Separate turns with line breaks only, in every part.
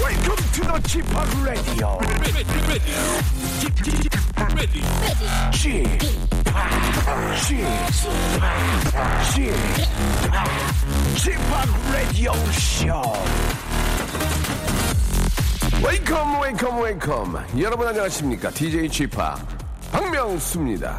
Welcome to the Chip Radio. Chip Chip Chip Radio Show. Welcome, welcome, welcome. 여러분 안녕하십니까? DJ Chip 박명수입니다.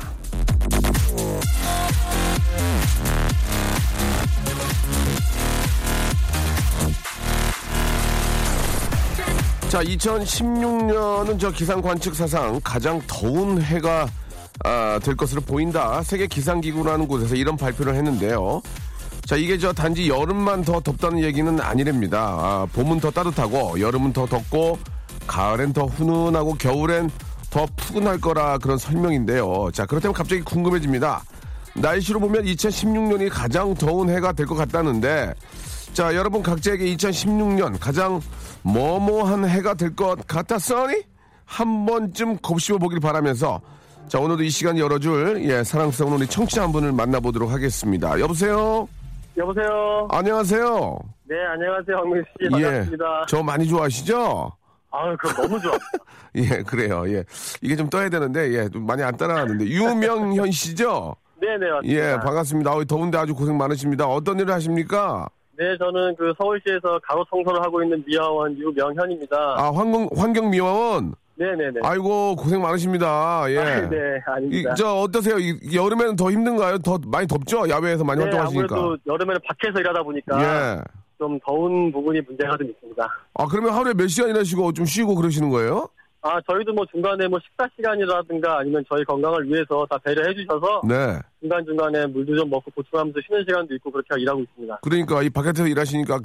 자, 2016년은 저 기상 관측 사상 가장 더운 해가 아, 될 것으로 보인다. 세계 기상기구라는 곳에서 이런 발표를 했는데요. 자, 이게 저 단지 여름만 더 덥다는 얘기는 아니랍니다. 아, 봄은 더 따뜻하고, 여름은 더 덥고, 가을엔 더 훈훈하고, 겨울엔 더 푸근할 거라 그런 설명인데요. 자, 그렇다면 갑자기 궁금해집니다. 날씨로 보면 2016년이 가장 더운 해가 될 것 같다는데, 자, 여러분 각자에게 2016년 가장 뭐뭐한 해가 될 것 같았어니? 한 번쯤 곱씹어 보길 바라면서, 자, 오늘도 이 시간 열어줄, 예, 사랑스러운 우리 청취자 한 분을 만나보도록 하겠습니다. 여보세요?
여보세요.
안녕하세요.
네, 안녕하세요. 황민
예.
씨. 반갑습니다.
저 많이 좋아하시죠?
아유, 그거 너무 좋아.
예, 그래요. 예. 이게 좀 떠야 되는데, 예, 좀 많이 안 따라가는데. 유명현 씨죠?
네네, 맞습니다.
예, 반갑습니다. 어이, 더운데 아주 고생 많으십니다. 어떤 일을 하십니까?
네, 저는 그 서울시에서 가로 청소를 하고 있는 미화원 유명현입니다.
아, 환경, 환경미화원?
네네네.
아이고, 고생 많으십니다. 예.
아, 네,
이,
아닙니다.
저, 어떠세요? 이, 여름에는 더 힘든가요? 더 많이 덥죠? 야외에서 많이
네,
활동하시니까.
아무래도 여름에는 밖에서 일하다 보니까
예.
좀 더운 부분이 문제가 좀 있습니다.
아, 그러면 하루에 몇 시간 일하시고 좀 쉬고 그러시는 거예요?
아, 저희도 뭐 중간에 뭐 식사 시간이라든가 아니면 저희 건강을 위해서 다 배려해 주셔서
네.
중간중간에 물도 좀 먹고 보충하면서 쉬는 시간도 있고 그렇게 일하고 있습니다.
그러니까 이 바깥에서 일하시니까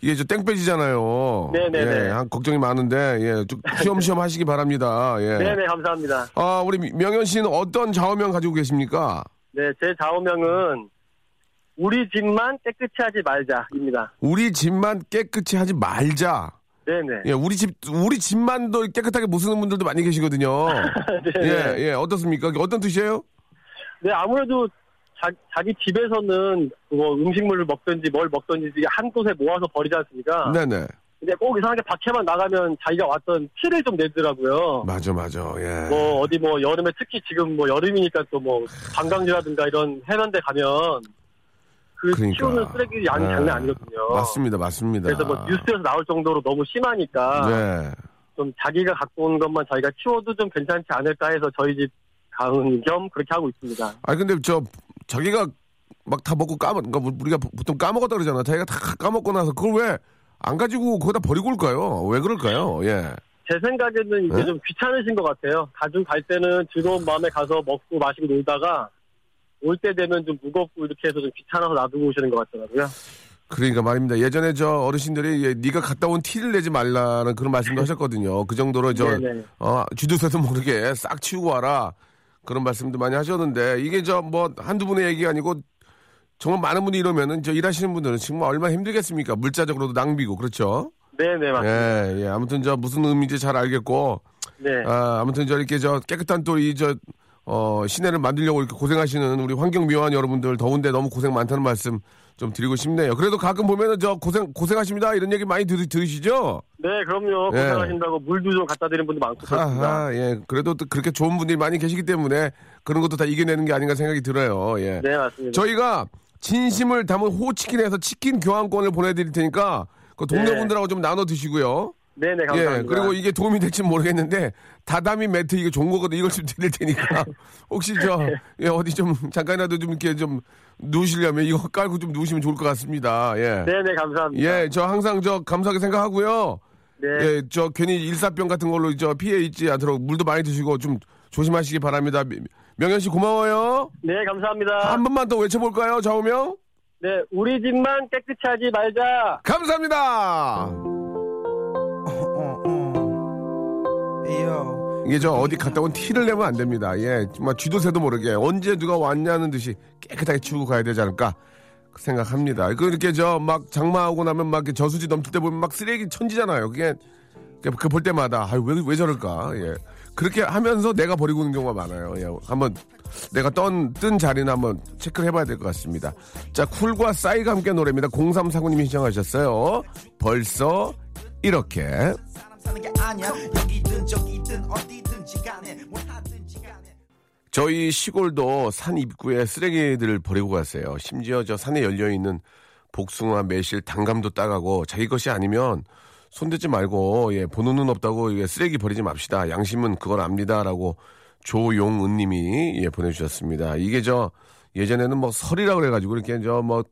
이게 저 땡볕이잖아요.
네네네.
예, 한 걱정이 많은데 예, 좀 쉬엄쉬엄 하시기 바랍니다. 예.
네네, 감사합니다.
아, 우리 명현 씨는 어떤 좌우명 가지고 계십니까?
네, 제 좌우명은 우리 집만 깨끗이 하지 말자입니다.
우리 집만 깨끗이 하지 말자.
네네.
예, 우리 집 우리 집만도 깨끗하게 못 쓰는 분들도 많이 계시거든요. 예, 예, 어떻습니까? 어떤 뜻이에요?
네, 아무래도 자, 자기 집에서는 뭐 음식물을 먹든지 뭘 먹든지 이게 한 곳에 모아서 버리지 않습니까?
네, 네.
근데 꼭 이상하게 밖에만 나가면 자기가 왔던 티를 좀 내더라고요.
맞아, 맞아. 예.
뭐 어디 뭐 여름에 특히 지금 뭐 여름이니까 또 뭐 관광지라든가 이런 해변대 가면 그
그러니까.
치우는 쓰레기 양이
예.
장난 아니거든요.
맞습니다. 맞습니다.
그래서 뭐 뉴스에서 아. 나올 정도로 너무 심하니까
네.
좀 자기가 갖고 온 것만 자기가 치워도 좀 괜찮지 않을까 해서 저희 집 가은 겸 그렇게 하고 있습니다.
아니 근데 저 자기가 막 다 먹고 까먹 그러니까 우리가 보통 까먹었다 그러잖아. 자기가 다 까먹고 나서 그걸 왜 안 가지고 거기다 버리고 올까요? 왜 그럴까요? 예.
제 생각에는 이게
네?
좀 귀찮으신 것 같아요. 가중 갈 때는 즐거운 마음에 가서 먹고 마시고 놀다가 올 때 되면 좀 무겁고 이렇게 해서 좀 귀찮아서 놔두고 오시는 것 같더라고요.
그러니까 말입니다. 예전에 저 어르신들이 예, 네가 갔다 온 티를 내지 말라는 그런 말씀도 하셨거든요. 그 정도로 저
네네.
어, 주도세도 모르게 싹 치우고 와라 그런 말씀도 많이 하셨는데 이게 저 뭐 한두 분의 얘기 가 아니고 정말 많은 분이 이러면은 저 일하시는 분들은 정말 얼마나 힘들겠습니까? 물자적으로도 낭비고 그렇죠.
네네, 맞습니다.
예, 예. 아무튼 저 무슨 의미인지 잘 알겠고
네.
아, 아무튼 저 이렇게 저 깨끗한 또 이 저 어, 시내를 만들려고 이렇게 고생하시는 우리 환경미화원 여러분들 더운데 너무 고생 많다는 말씀 좀 드리고 싶네요. 그래도 가끔 보면은 저 고생 고생하십니다 이런 얘기 많이 들, 들으시죠?
네, 그럼요.
예.
고생하신다고 물도 좀 갖다 드리는 분도 많고 그렇습니다.
하하, 예. 그래도 또 그렇게 좋은 분들이 많이 계시기 때문에 그런 것도 다 이겨내는 게 아닌가 생각이 들어요. 예.
네, 맞습니다.
저희가 진심을 담은 호치킨에서 치킨 교환권을 보내드릴 테니까 그 동네
네.
분들하고 좀 나눠 드시고요.
네네, 감사합니다.
예, 그리고 이게 도움이 될지 모르겠는데 다다미 매트 이거 좋은 거거든 이걸 좀 드릴 테니까
네.
혹시 저 예, 어디 좀 잠깐이라도 좀 이렇게 좀 누우시려면 이거 깔고 좀 누우시면 좋을 것 같습니다. 예.
네네, 감사합니다.
예, 저 항상 저 감사하게 생각하고요.
네.
예, 저 괜히 일사병 같은 걸로 저 피해 있지 않도록 물도 많이 드시고 좀 조심하시기 바랍니다. 미- 명현 씨 고마워요.
네, 감사합니다.
한 번만 더 외쳐볼까요, 좌우명?
네, 우리 집만 깨끗이 하지 말자.
감사합니다. 이게 저 어디 갔다 온 티를 내면 안 됩니다. 예, 정말 쥐도 새도 모르게 언제 누가 왔냐는 듯이 깨끗하게 치우고 가야 되지 않을까 생각합니다. 그 이렇게 저 막 장마하고 나면 막 이렇게 저수지 넘칠 때 보면 막 쓰레기 천지잖아요. 그게 그 볼 때마다 아유 왜, 왜 저럴까? 예, 그렇게 하면서 내가 버리고 있는 경우가 많아요. 예, 한번 내가 떤, 뜬 자리는 한번 체크를 해봐야 될 것 같습니다. 자, 쿨과 싸이가 함께 노래입니다. 0349님이 신청하셨어요. 벌써 이렇게.
사람 사는 게 아니야 여기든 저기든 어디든지 간에 뭘 하든지 간에
저희 시골도 산 입구에 쓰레기들을 버리고 가세요. 심지어 저 산에 열려 있는 복숭아, 매실, 단감도 따가고 자기 것이 아니면 손대지 말고 예, 보는 눈 없다고 예, 쓰레기 버리지 맙시다. 양심은 그걸 압니다라고 조용은 님이 예, 보내주셨습니다. 이게 저 예전에는 뭐 설이라 그래가지고 이렇게 저 뭐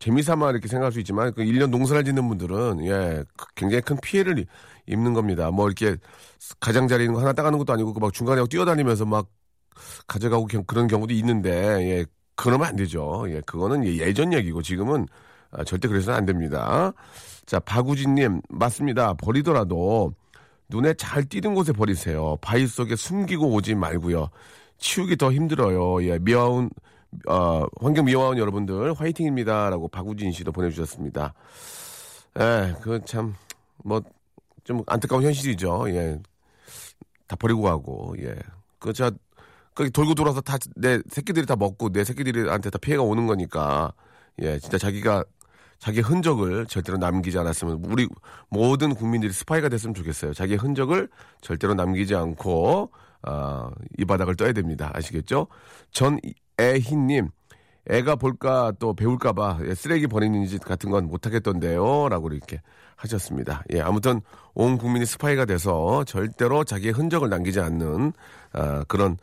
재미삼아 이렇게 생각할 수 있지만 그 1년 농사를 짓는 분들은 예 그- 굉장히 큰 피해를 이- 입는 겁니다. 뭐 이렇게 가장자리 있는 거 하나 따가는 것도 아니고 그 막 중간에 뛰어다니면서 막 가져가고 겨- 그런 경우도 있는데 예 그러면 안 되죠 예 그거는 예- 예전 얘기고 지금은 아, 절대 그래서는 안 됩니다 자 박우진님 맞습니다 버리더라도 눈에 잘 띄는 곳에 버리세요 바위 속에 숨기고 오지 말고요 치우기 더 힘들어요 예 미화운 어, 환경 미화원 여러분들 화이팅입니다라고 박우진 씨도 보내주셨습니다 예, 에그참뭐 좀 안타까운 현실이죠 예 다 버리고 가고 예그자 그 돌고 돌아서 다 내 새끼들이 다 먹고 내 새끼들한테 다 피해가 오는 거니까 예 진짜 자기가 자기 흔적을 절대로 남기지 않았으면 우리 모든 국민들이 스파이가 됐으면 좋겠어요. 자기 흔적을 절대로 남기지 않고 아, 이 바닥을 떠야 됩니다. 아시겠죠? 전애희님 애가 볼까 또 배울까봐 쓰레기 버리는 짓 같은 건 못하겠던데요라고 이렇게 하셨습니다. 예, 아무튼 온 국민이 스파이가 돼서 절대로 자기의 흔적을 남기지 않는 아, 그런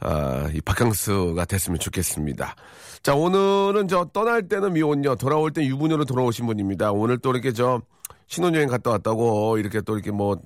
아, 이 바캉스가 됐으면 좋겠습니다. 자, 오늘은 저 떠날 때는 미혼녀, 돌아올 때 유부녀로 돌아오신 분입니다. 오늘 또 이렇게 저 신혼여행 갔다 왔다고 이렇게 또 이렇게 뭐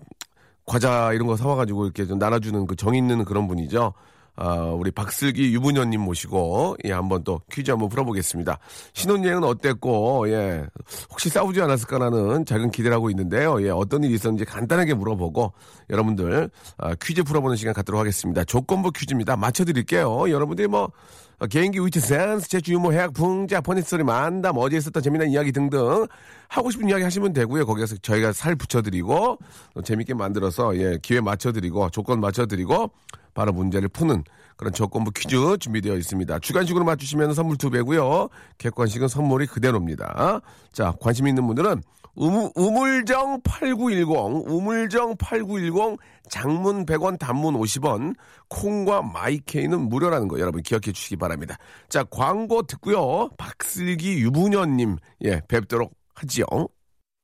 과자 이런 거 사와가지고 이렇게 좀 나눠주는 그 정 있는 그런 분이죠. 아, 우리 박슬기 유부녀님 모시고, 예, 한번 또 퀴즈 한번 풀어보겠습니다. 신혼여행은 어땠고, 예, 혹시 싸우지 않았을까라는 작은 기대를 하고 있는데요. 예, 어떤 일이 있었는지 간단하게 물어보고, 여러분들, 아, 퀴즈 풀어보는 시간 갖도록 하겠습니다. 조건부 퀴즈입니다. 맞춰드릴게요. 여러분들이 뭐, 어, 개인기 위트 센스, 제주 유머, 해학, 풍자, 퍼니스토리, 만담, 어제 있었던 재미난 이야기 등등 하고 싶은 이야기 하시면 되고요. 거기에서 저희가 살 붙여드리고 또 재밌게 만들어서 예, 기회 맞춰드리고 조건 맞춰드리고 바로 문제를 푸는 그런 조건부 퀴즈 준비되어 있습니다. 주관식으로 맞추시면 선물 두 배고요. 객관식은 선물이 그대로입니다. 자, 관심 있는 분들은 우물, 우물정 8910, 우물정 8910, 장문 100원, 단문 50원, 콩과 마이케이는 무료라는 거 여러분 기억해 주시기 바랍니다. 자, 광고 듣고요. 박슬기 유부녀님, 예, 뵙도록 하지요.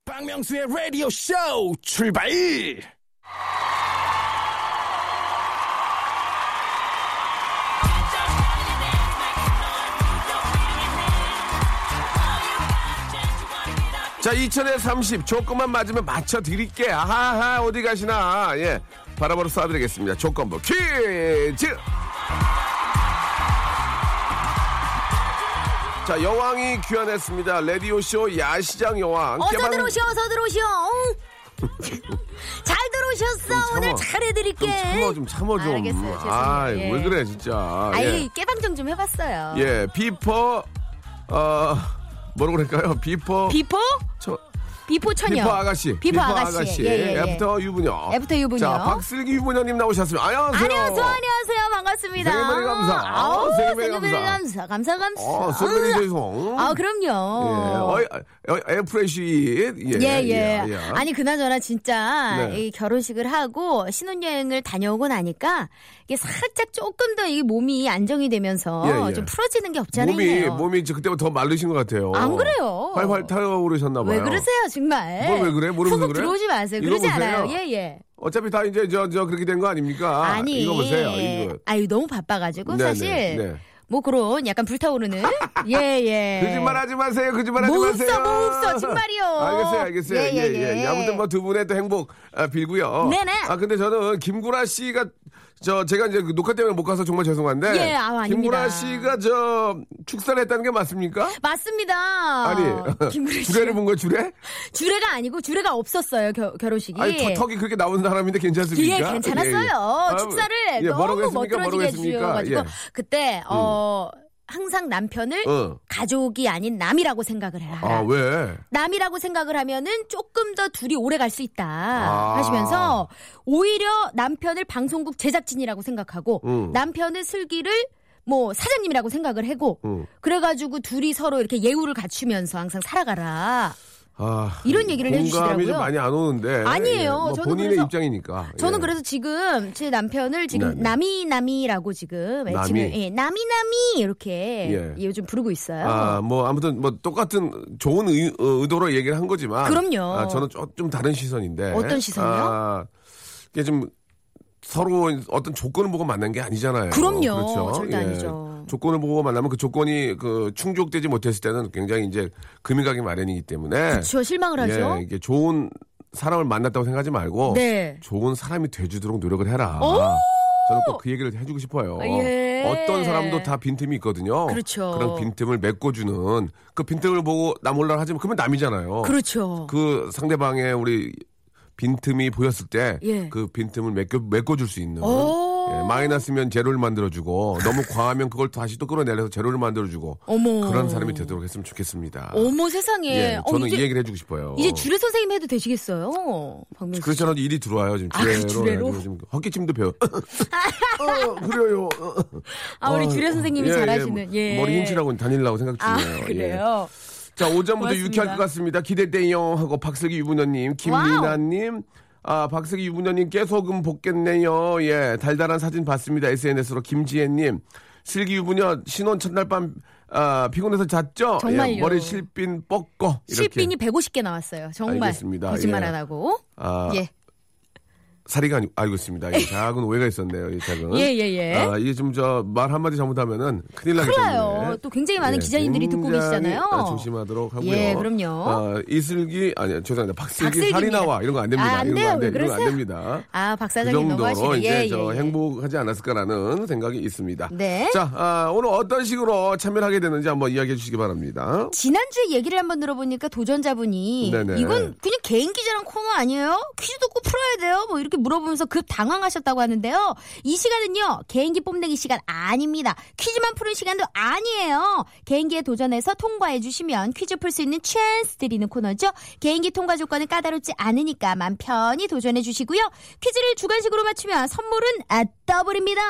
박명수의 라디오 쇼 출발!
자, 2000에 30, 조건만 맞으면 맞춰드릴게. 아하하, 어디 가시나. 예, 바로바로 쏴드리겠습니다. 조건부 퀴즈! 자, 여왕이 귀환했습니다. 라디오쇼 야시장 여왕.
어서
깨방-
들어오셔, 어서 들어오셔. 응. 잘
좀
들어오셨어.
음, 참아.
오늘 잘해드릴게.
좀 참아, 좀 참아, 좀.
알겠어요. 죄송해요.
아이,
예.
왜 그래, 진짜.
아이
예.
깨방정 좀 해봤어요.
예, 비퍼, 어, 뭐라고 그럴까요? 비퍼.
비포?
저-
비포 처녀.
비퍼 아가씨.
비포 아가씨. 예, 예, 예.
애프터 유부녀.
애프터 유부녀.
자, 박슬기 유부녀님 나오셨습니다. 안녕하세요.
안녕하세요, 안녕하세요. 반갑습니다.
생일머리 감사.
아우,
생일머리
생일머리
감사.
감사. 감사, 감사.
어, 소리 죄송.
아,
예,
그럼요.
어이, 어이, 에프레시. 예,
예, 예. 아니, 그나저나 진짜
네.
이 결혼식을 하고 신혼여행을 다녀오고 나니까 이게 살짝 조금 더 이 몸이 안정이 되면서
예, 예.
좀 풀어지는 게 없지 않아요?
몸이, 몸이 이제 그때보다 더 마르신 것 같아요.
안 그래요.
활활 타오르셨나봐요.
왜 그러세요, 정말?
뭘왜 그래? 모르면서
후국
그래?
들어오지 마세요.
이거
그러지
보세요.
않아요. 예, 예.
어차피 다 이제 저, 저 그렇게 된 거 아닙니까?
니
이거 보세요. 이거.
아유, 너무 바빠가지고
네네,
사실
네.
뭐 그런 약간 불타오르는 예예.
거짓말 하지 마세요. 거짓말 하지
뭐
마세요.
없어, 뭐 없어, 정말이요.
알겠어요, 알겠어요.
예,
예,
예,
예.
예.
아무튼 뭐 두 분의 또 행복 아, 빌고요.
네네.
아, 근데 저는 김구라 씨가 저 제가 이제 그 녹화 때문에 못 가서 정말 죄송한데
예, 아우, 아닙니다.
김구라 씨가 저 축사를 했다는 게 맞습니까?
맞습니다.
아니,
김구라 씨
주례를 본 거예요, 주례?
주례가 아니고 주례가 없었어요 결, 결혼식이.
아니, 터- 턱이 그렇게 나오는 사람인데 괜찮습니까?
예, 괜찮았어요.
예, 예. 아,
축사를
예, 뭐라고
너무
했습니까? 뭐라고
멋들어지게 해주셔가지고
했습니까?
그때 어 항상 남편을
예. 어.
가족이 아닌 남이라고 생각을 해라.
아, 왜?
남이라고 생각을 하면은 조금 더 둘이 오래 갈 수 있다
아.
하시면서 오히려 남편을 방송국 제작진이라고 생각하고
음.
남편은 슬기를 뭐 사장님이라고 생각을 하고
음.
그래가지고 둘이 서로 이렇게 예우를 갖추면서 항상 살아가라
아,
이런 얘기를
공감이 좀
해주시더라고요.
많이 안 오는데.
아니에요.
예, 뭐
저는
본인의
그래서-
입장이니까.
저는
예.
그래서 지금 제 남편을 지금
네, 네.
남이 남이라고 지금
남이?
외치는 예, 남이 남이 이렇게
예.
요즘 부르고 있어요.
아, 뭐 아무튼 뭐 똑같은 좋은 의, 도로 얘기를 한 거지만
그럼요.
아, 저는 좀, 좀 다른 시선인데.
어떤 시선이요?
아, 이게 좀 서로 어떤 조건을 보고 만난 게 아니잖아요. 그렇죠? 예.
그럼요. 절대 아니죠.
조건을 보고 만나면 그 조건이 그 충족되지 못했을 때는 굉장히 이제 금이 가기 마련이기 때문에
그쵸 실망을 하죠.
예, 이게 좋은 사람을 만났다고 생각하지 말고
네.
좋은 사람이 돼주도록 노력을 해라. 저는 꼭 그 얘기를 해주고 싶어요.
예.
어떤 사람도 다 빈틈이 있거든요.
그렇죠.
런 빈틈을 메꿔주는 그 빈틈을 보고 나 몰라 하지만 그러면 남이잖아요.
그렇죠.
그 상대방의 우리 빈틈이 보였을 때 그
예.
빈틈을 메꿔, 메꿔줄 수 있는
오.
예, 마이너스면 제로를 만들어주고 너무 과하면 그걸 다시 또 끌어내려서 제로를 만들어주고
어머.
그런 사람이 되도록 했으면 좋겠습니다.
어머 세상에.
예,
어,
저는
이제,
이 얘기를 해주고 싶어요.
이제 주례 선생님 해도 되시겠어요, 박명수. 씨?
그렇잖아요. 일이 들어와요. 지금
아,
주례로.
주례로?
해가지고 지금 헛기침도 배워. 어, 그래요. 어.
아 우리 주례 선생님이
예,
잘하시는. 예.
머리 힌치라고 다니려고 생각
아
중이에요. 예.
그래요.
자, 오전부터
고맙습니다.
유쾌할 것 같습니다. 기대돼요 하고 박슬기 유부녀님, 김미나님. 아, 박슬기 유부녀님 깨소금 볶겠네요. 예, 달달한 사진 봤습니다. SNS로 김지혜님. 슬기 유부녀 신혼 첫날 밤 아, 피곤해서 잤죠?
정말요.
예, 머리 실핀 뻗고. 이렇게.
실핀이 150개 나왔어요. 정말.
알겠습니다.
거짓말
예.
안 하고.
아,
예.
사리가 아니, 알고 있습니다. 예, 작은 오해가 있었네요. 이 작은.
예, 예, 예.
아, 이게 좀 저 말 한마디 잘못하면은 큰일 나기
큰일
때문에. 예,
나요. 또 굉장히 많은 기자님들이 듣고
굉장히,
계시잖아요.
네. 아, 조심하도록 하고요.
예, 그럼요.
아, 이슬기 아니 죄송합니다. 박슬기
박슬기입니다.
살이 나와 이런 거 안 됩니다.
아, 안
이런
돼요.
거안
왜
돼. 이런 거안
그러세요?
됩니다.
아, 박
그
사장님 너무
정도로
하시네.
이제
예,
저
예, 예.
행복하지 않았을까라는 생각이 있습니다.
네.
자, 아, 오늘 어떤 식으로 참여를 하게 되는지 한번 이야기해 주시기 바랍니다.
지난주에 얘기를 한번 들어보니까 도전자분이
네네.
이건 그냥 개인 기자랑 코너 아니에요? 퀴즈도 꼭 풀어야 돼요? 뭐 이렇게 물어보면서 급 당황하셨다고 하는데요. 이 시간은요. 개인기 뽐내기 시간 아닙니다. 퀴즈만 푸는 시간도 아니에요. 개인기에 도전해서 통과해 주시면 퀴즈 풀 수 있는 찬스 드리는 코너죠. 개인기 통과 조건은 까다롭지 않으니까 맘 편히 도전해 주시고요. 퀴즈를 주관식으로 맞추면 선물은 아, 더블입니다.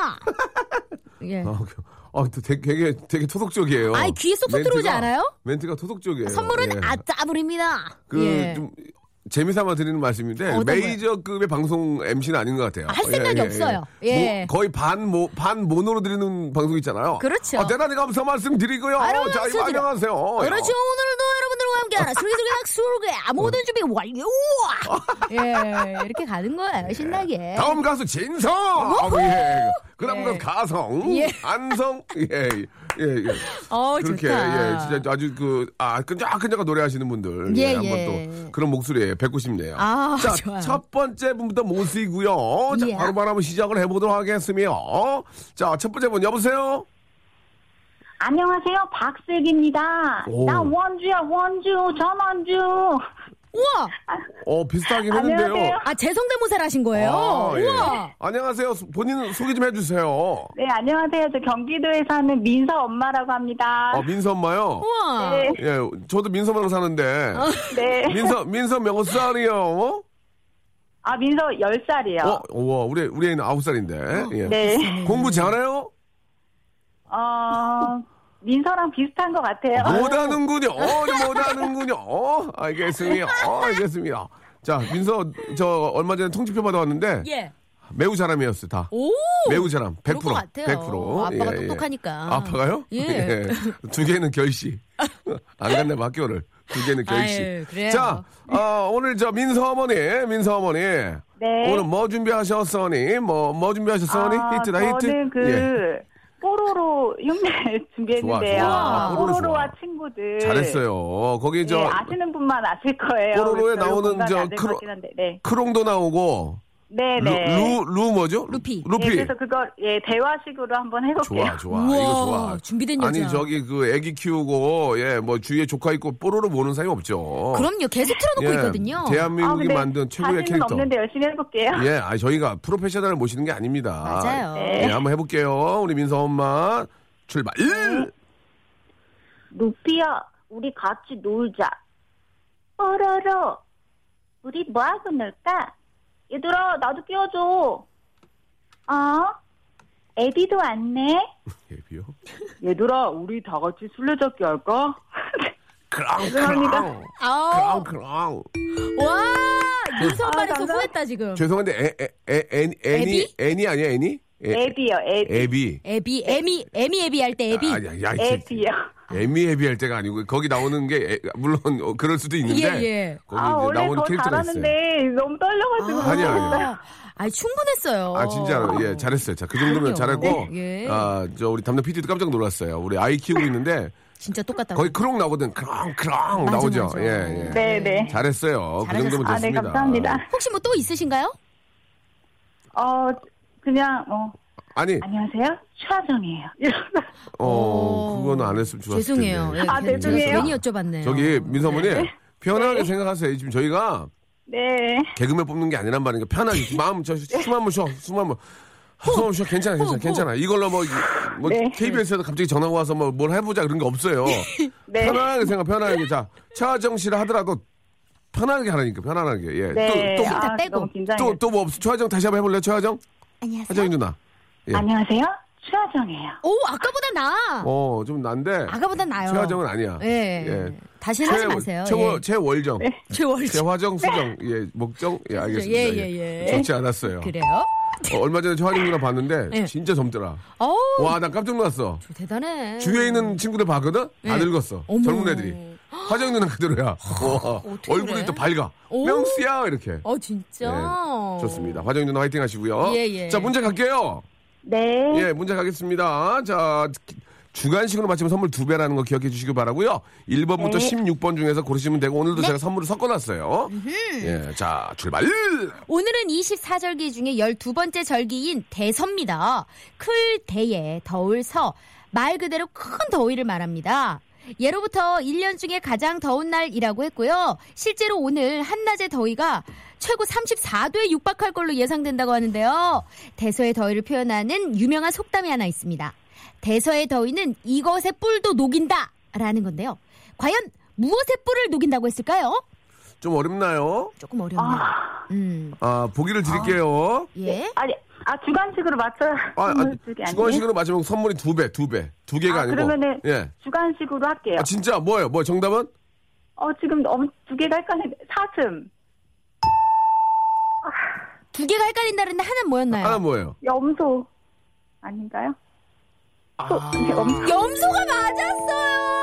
예.
아, 어, 되게 되게 토속적이에요.
아이, 귀에 쏙쏙
멘트가-
들어오지 않아요?
멘트가 토속적이에요.
선물은
예.
아, 더블입니다.
그,
예.
좀, 재미삼아 드리는 말씀인데,
어떤
메이저급의 방송 MC는 아닌 것 같아요.
아, 할 생각이 없어요. 예.
모- 뭐 거의 반, 모, 반 모노로 드리는 방송 있잖아요.
그렇죠.
아, 대단히 감사 말씀드리고요.
바로
자, 이거
감사드려.
안녕하세요. 어, 예.
그렇죠. 오늘도 여러분들과 함께하는 슬기슬기 박수르게 모든 준비 완료! 어. 예, 이렇게 가는 거예요. 신나게.
다음 가수 진성! 아, 예. 그 다음
예.
가수 가성!
예.
안성! 예, 예, 예.
어,
그렇게,
좋다.
예, 진짜 아주 그, 아, 끈적끈적 노래하시는 분들.
예,
한번
예.
또 그런 목소리에 뵙고 싶네요.
아,
자,
좋아요.
첫 번째 분부터 모시고요. 자,
예.
바로바로 한번 시작을 해보도록 하겠습니다. 자, 첫 번째 분, 여보세요?
안녕하세요, 박슬기입니다.
오.
나 원주야, 원주, 전원주.
우와!
어, 비슷하긴 했는데요.
안녕하세요.
아, 제 성대모사를 하신 거예요?
아, 예.
우와!
안녕하세요. 본인 소개 좀 해주세요.
네, 안녕하세요. 저 경기도에 사는 민서 엄마라고 합니다.
아, 민서 엄마요?
우와!
네,
예, 저도 민서 엄마랑 사는데.
네.
민서, 민서 몇 살이요? 어?
아, 민서 10살이요.
어, 우와, 우리, 우리 애는 아홉 살인데.
어.
예.
네.
공부 잘해요?
어, 민서랑 비슷한 것 같아요.
못하는군요. 어, 이제 못하는군요. 어, 알겠습니다. 어, 알겠습니다. 자, 민서, 저 얼마 전에 통지표 받아왔는데
예.
매우 잘함이었어요, 다.
오!
매우 잘함. 100%.
그럴 것 같아요.
100%.
어, 아빠가
예, 예.
똑똑하니까.
아빠가요?
예.
두 개는 결시. 안 갔네, 학교를. 두 개는 결시.
아유, 그래요.
자, 어, 오늘 저 민서 어머니, 민서 어머니.
네.
오늘 뭐 준비하셨어니? 예, 뭐, 뭐 준비하셨어니?
아,
히트다, 히트.
저는 그, 뽀로로 뽀로로 흉내 준비했는데요.
좋아. 아, 뽀로로
뽀로로와
좋아.
친구들.
잘했어요. 거기 저
네, 아시는 분만 아실 거예요.
뽀로로에
그래서
나오는
공감이
저
안될
크로-
것 같긴 한데, 네.
크롱도 나오고
네, 네.
루루 루 뭐죠?
루피.
네, 그래서 그거 예 대화식으로 한번 해볼게요.
좋아 좋아
우와,
이거 좋아.
준비된
아니
여자.
저기 그 애기 키우고 예 뭐 주위에 조카 있고 뽀로로 보는 사이 없죠.
그럼요. 계속
예.
틀어놓고 있거든요.
아,
대한민국이
근데
만든 최고의
자신은
캐릭터.
없는데 열심히 해볼게요.
예, 아 저희가 프로페셔널을 모시는 게 아닙니다.
맞아요.
네.
예, 한번 해볼게요. 우리 민서 엄마 출발.
네. 루피야, 우리 같이 놀자. 뽀로로, 우리 뭐하고 놀까? 얘들아, 나도 끼워줘. 어? 애비도 왔네.
예비요.
얘들아, 우리 다 같이 술래잡기 할까?
크랑
죄송합니다.
크랑 크랑
아우,
크랑.
와!
예.
민서 엄마는
아,
그
감사-
후했다, 지금.
죄송한데 애애애 애니
애비?
애니 아니야 애니? 애-
애비요, 애비.
애비.
애비, 애미, 애미, 애비 할 때 애비.
아, 야, 야, 이 새끼.
애비요.
애미 애비 할 때가 아니고 거기 나오는 게 애- 물론 어, 그럴 수도 있는데
예, 예.
거기
아,
이제
원래
나오는
더
캐릭터가 있어요.
잘하는데 너무 떨려가지고.
아, 아니야, 아니야.
아, 충분했어요.
아 진짜 예 잘했어요. 자 그 정도면
그럼요.
잘했고
예.
아저 우리 담당 PD도 깜짝 놀랐어요. 우리 아이 키우고 있는데
진짜 똑같다.
거의 크롱 나오거든. 크롱 크롱
맞아,
나오죠.
맞아.
예 예.
네, 네.
잘했어요. 그
잘하셨어.
정도면
아,
됐습니다.
네, 감사합니다.
혹시 뭐 또 있으신가요?
아.
어, 그냥, 어,
아니
안녕하세요. 최하정이에요. 이러면서.
어 그거는 안 했으면 좋았을
죄송해요.
텐데.
예,
아,
괜히-
죄송해요.
괜히 여쭤봤네요.
저기 민서 어머니
네.
편하게 생각하세요. 지금 저희가
네.
개그맨 뽑는 게 아니란 말이니까 편하게 마음 저
네.
숨 한 번 쉬어 숨 한번 숨 한번 쉬어 괜찮아 괜찮아 괜찮아 이걸로 뭐, 이- 뭐
네.
KBS에도 갑자기 전화 와서 뭐 뭘 해보자 그런 게 없어요
네.
편안하게 생각 편안하게 자 차정 씨를 하더라도 편안하게 하라니까 편안하게
네.
예또또또뭐 뭐
다 빼고.
너무 긴장이
없어 차정 다시 한번 해볼래 요 차정
안녕하세요.
차정 누나 예.
안녕하세요. 최하정이에요.
오, 아까보다 나.
어좀 난데
아까보다 나요.
최화정은 아니야
예. 다시는 하지 마세요.
최
예.
최월정
네.
최월.
최화정 수정 예 목정 예 알겠습니다
예, 예, 예.
좋지 않았어요
그래요?
어, 얼마 전에 최화정 누나 봤는데 네.
예.
진짜 젊더라.
어우,
와, 나 깜짝 놀랐어.
대단해.
주위에 있는 친구들 봤거든? 다 늙었어.
네. 어머.
젊은 애들이. 화정 누나 그대로야. 와,
어떻게
얼굴이
그래?
또 밝아.
오.
명수야 이렇게.
어, 진짜.
예, 좋습니다. 화정 누나 화이팅 하시고요.
어. 예, 예.
자, 문제 갈게요.
네.
예, 문제 가겠습니다. 자, 기- 주간식으로 맞히면 선물 두 배라는 거 기억해 주시기 바라고요. 1번부터
네.
16번 중에서 고르시면 되고 오늘도 제가 선물을 섞어 놨어요. 예, 자, 출발.
오늘은 24절기 중에 12번째 절기인 대서입니다. 클 대에 더울 서. 말 그대로 큰 더위를 말합니다. 예로부터 1년 중에 가장 더운 날이라고 했고요. 실제로 오늘 한낮의 더위가 최고 34도에 육박할 걸로 예상된다고 하는데요. 대서의 더위를 표현하는 유명한 속담이 하나 있습니다. 대서의 더위는 이것의 뿔도 녹인다! 라는 건데요. 과연 무엇의 뿔을 녹인다고 했을까요?
좀 어렵나요?
조금 어렵네요. 음,
아, 보기를 드릴게요.
예.
아니, 아 주간식으로 맞춰요.
아, 아,
선물 주기 아니에요?
주관식으로 맞으면 선물이 두 배, 두 배. 두 개가
아,
아, 니고
그러면은- 네.
예.
주간식으로 할게요.
아, 진짜 뭐예요? 뭐 정답은?
어 지금 너무 두 개가 헷갈리는데 사슴,
두 개가 헷갈린다는데 하나는 뭐였나요?
하나 뭐예요?
염소 아닌가요? 또 이게 염소.
염소가 맞았어요.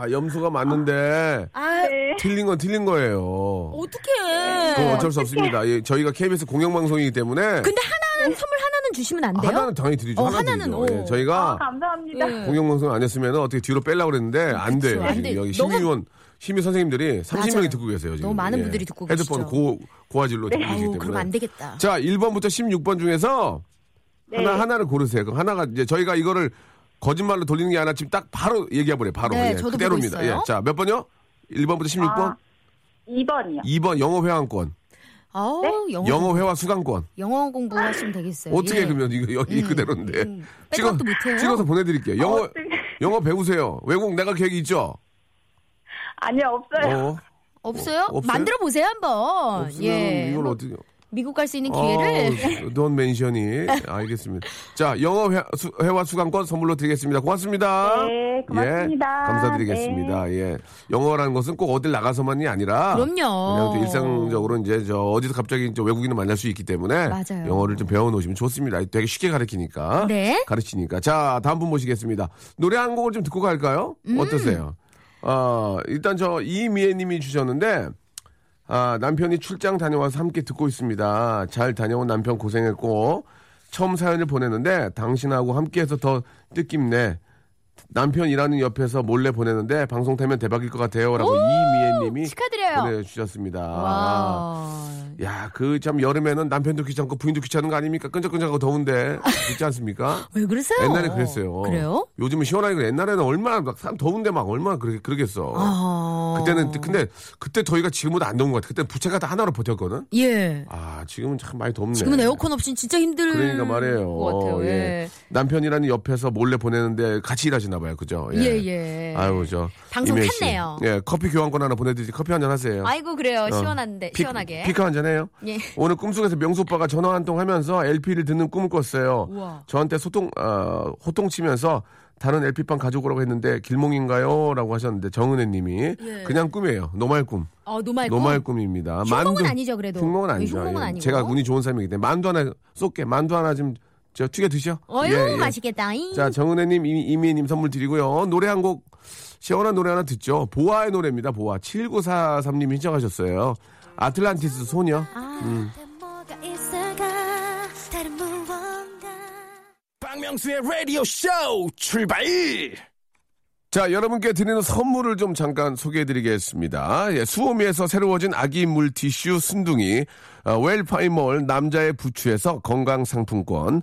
아, 염소가 맞는데
아,
네.
틀린 건 틀린 거예요. 그건
어떡해.
어쩔 수 없습니다. 예, 저희가 KBS 공영방송이기 때문에
네. 근데 하나는 선물 하나는 주시면 안 돼요?
하나는 당연히 드리죠.
어,
하나
하나는,
드리죠.
어.
예, 저희가
아, 감사합니다.
예.
공영방송 안 했으면 어떻게 뒤로 빼려고 그랬는데 안
음, 그쵸,
돼요.
안
지금
돼.
여기
너무-
심의위원, 심의 선생님들이 30명이
맞아요.
듣고 계세요. 지금. 예.
너무 많은 분들이 듣고
헤드폰
계시죠. 네.
고, 고화질로 듣고 계시기
아우,
때문에.
그럼 안 되겠다.
자, 1번부터 16번 중에서
네.
하나 하나를 고르세요. 그럼 하나가 이제 저희가 이거를 거짓말로 돌리는 게 아니라 지금 딱 바로 얘기해 버려요. 바로.
네,
예,
저도
그대로입니다.
보고 있어요.
예. 자, 몇 번요? 1번부터 16번.
아, 2번이요.
2번 영어 회화권.
아우, 영어,
영어 회화 수강권.
영어 공부하시면 되겠어요.
어떻게
예.
그러면 이거 여기 그대로인데.
음. 백업도 못해요?
찍어서 보내 드릴게요. 영어 영어 배우세요. 외국 내가 계획 있죠?
아니요 없어요.
어.
없어요?
없어요?
만들어 보세요, 한번.
없으면
예.
이걸
뭐
어떻게
미국 갈 수 있는
아,
기회를.
넌 멘션이 알겠습니다. 자, 영어 회, 수, 회화 수강권 선물로 드리겠습니다. 고맙습니다.
네, 고맙습니다. 네.
예, 감사드리겠습니다. 예. 영어라는 것은 꼭 어딜 나가서만이 아니라
그럼요.
그냥 또 일상적으로 이제 저 어디서 갑자기 저 외국인을 만날 수 있기 때문에
맞아요.
영어를 좀 배워 놓으시면 좋습니다. 되게 쉽게 가르치니까.
네.
가르치니까. 자, 다음 분 모시겠습니다. 노래 한 곡을 좀 듣고 갈까요?
음.
어떠세요? 어, 일단 저 이미애 님이 주셨는데 아, 남편이 출장 다녀와서 함께 듣고 있습니다. 잘 다녀온 남편 고생했고, 처음 사연을 보냈는데 당신하고 함께해서 더 뜻깊네. 남편이라는 옆에서 몰래 보냈는데 방송 타면 대박일 것 같아요라고 이미애님이
축하드려요.
보내주셨습니다.
와.
야, 그 참 여름에는 남편도 귀찮고 부인도 귀찮은 거 아닙니까? 끈적끈적하고 더운데 있지 않습니까?
왜 그러세요?
옛날에 그랬어요.
그래요?
요즘은 시원하니까 옛날에는 얼마나 막 사람 더운데 막 얼마나 그러, 그러겠어.
아.
그때는 근데 그때 더위가 지금보다 안 더운 것 같아. 그때 부채가 다 하나로 버텼거든.
예.
아, 지금은 참 많이 덥네.
지금은 에어컨 없이 진짜 힘들
그러니까 말이에요.
것 같아요.
예.
예.
남편이라는 옆에서 몰래 보내는데 같이 일하시나 봐요. 그죠?
예, 예.
아유, 저
방송
이메일 씨.
탔네요.
예, 커피 교환권 하나 보내드리지. 커피 한잔 하세요.
아이고 그래요.
어.
시원한데
피-
시원하게.
피카 한잔 해요.
예.
오늘 꿈속에서 명수 오빠가 전화 한 통 하면서 LP를 듣는 꿈을 꿨어요.
우와.
저한테 소통 어, 호통 치면서 다른 LP판 가져오라고 했는데 길몽인가요?라고 하셨는데 정은혜님이
예.
그냥 꿈이에요. 노말 꿈.
어, 노말
노말 꿈입니다.
흉몽은 아니죠, 그래도.
흉몽은 아니죠.
흉몽은
예.
아니고.
제가 운이 좋은 사람이기 때문에 만두 하나 쏠게. 만두 하나 좀 저 튀겨 드셔.
어유 맛있겠다. 잉.
예, 자, 정은혜님, 이미- 이미혜님 선물 드리고요. 노래 한 곡, 시원한 노래 하나 듣죠. 보아의 노래입니다, 보아. 7943님이 신청하셨어요. 아틀란티스 소녀.
박명수의 라디오 쇼 출발!
자, 여러분께 드리는 선물을 좀 잠깐 소개해 드리겠습니다. 예, 수오미에서 새로워진 아기 물티슈 순둥이, 아, 웰파이몰 남자의 부추에서 건강상품권,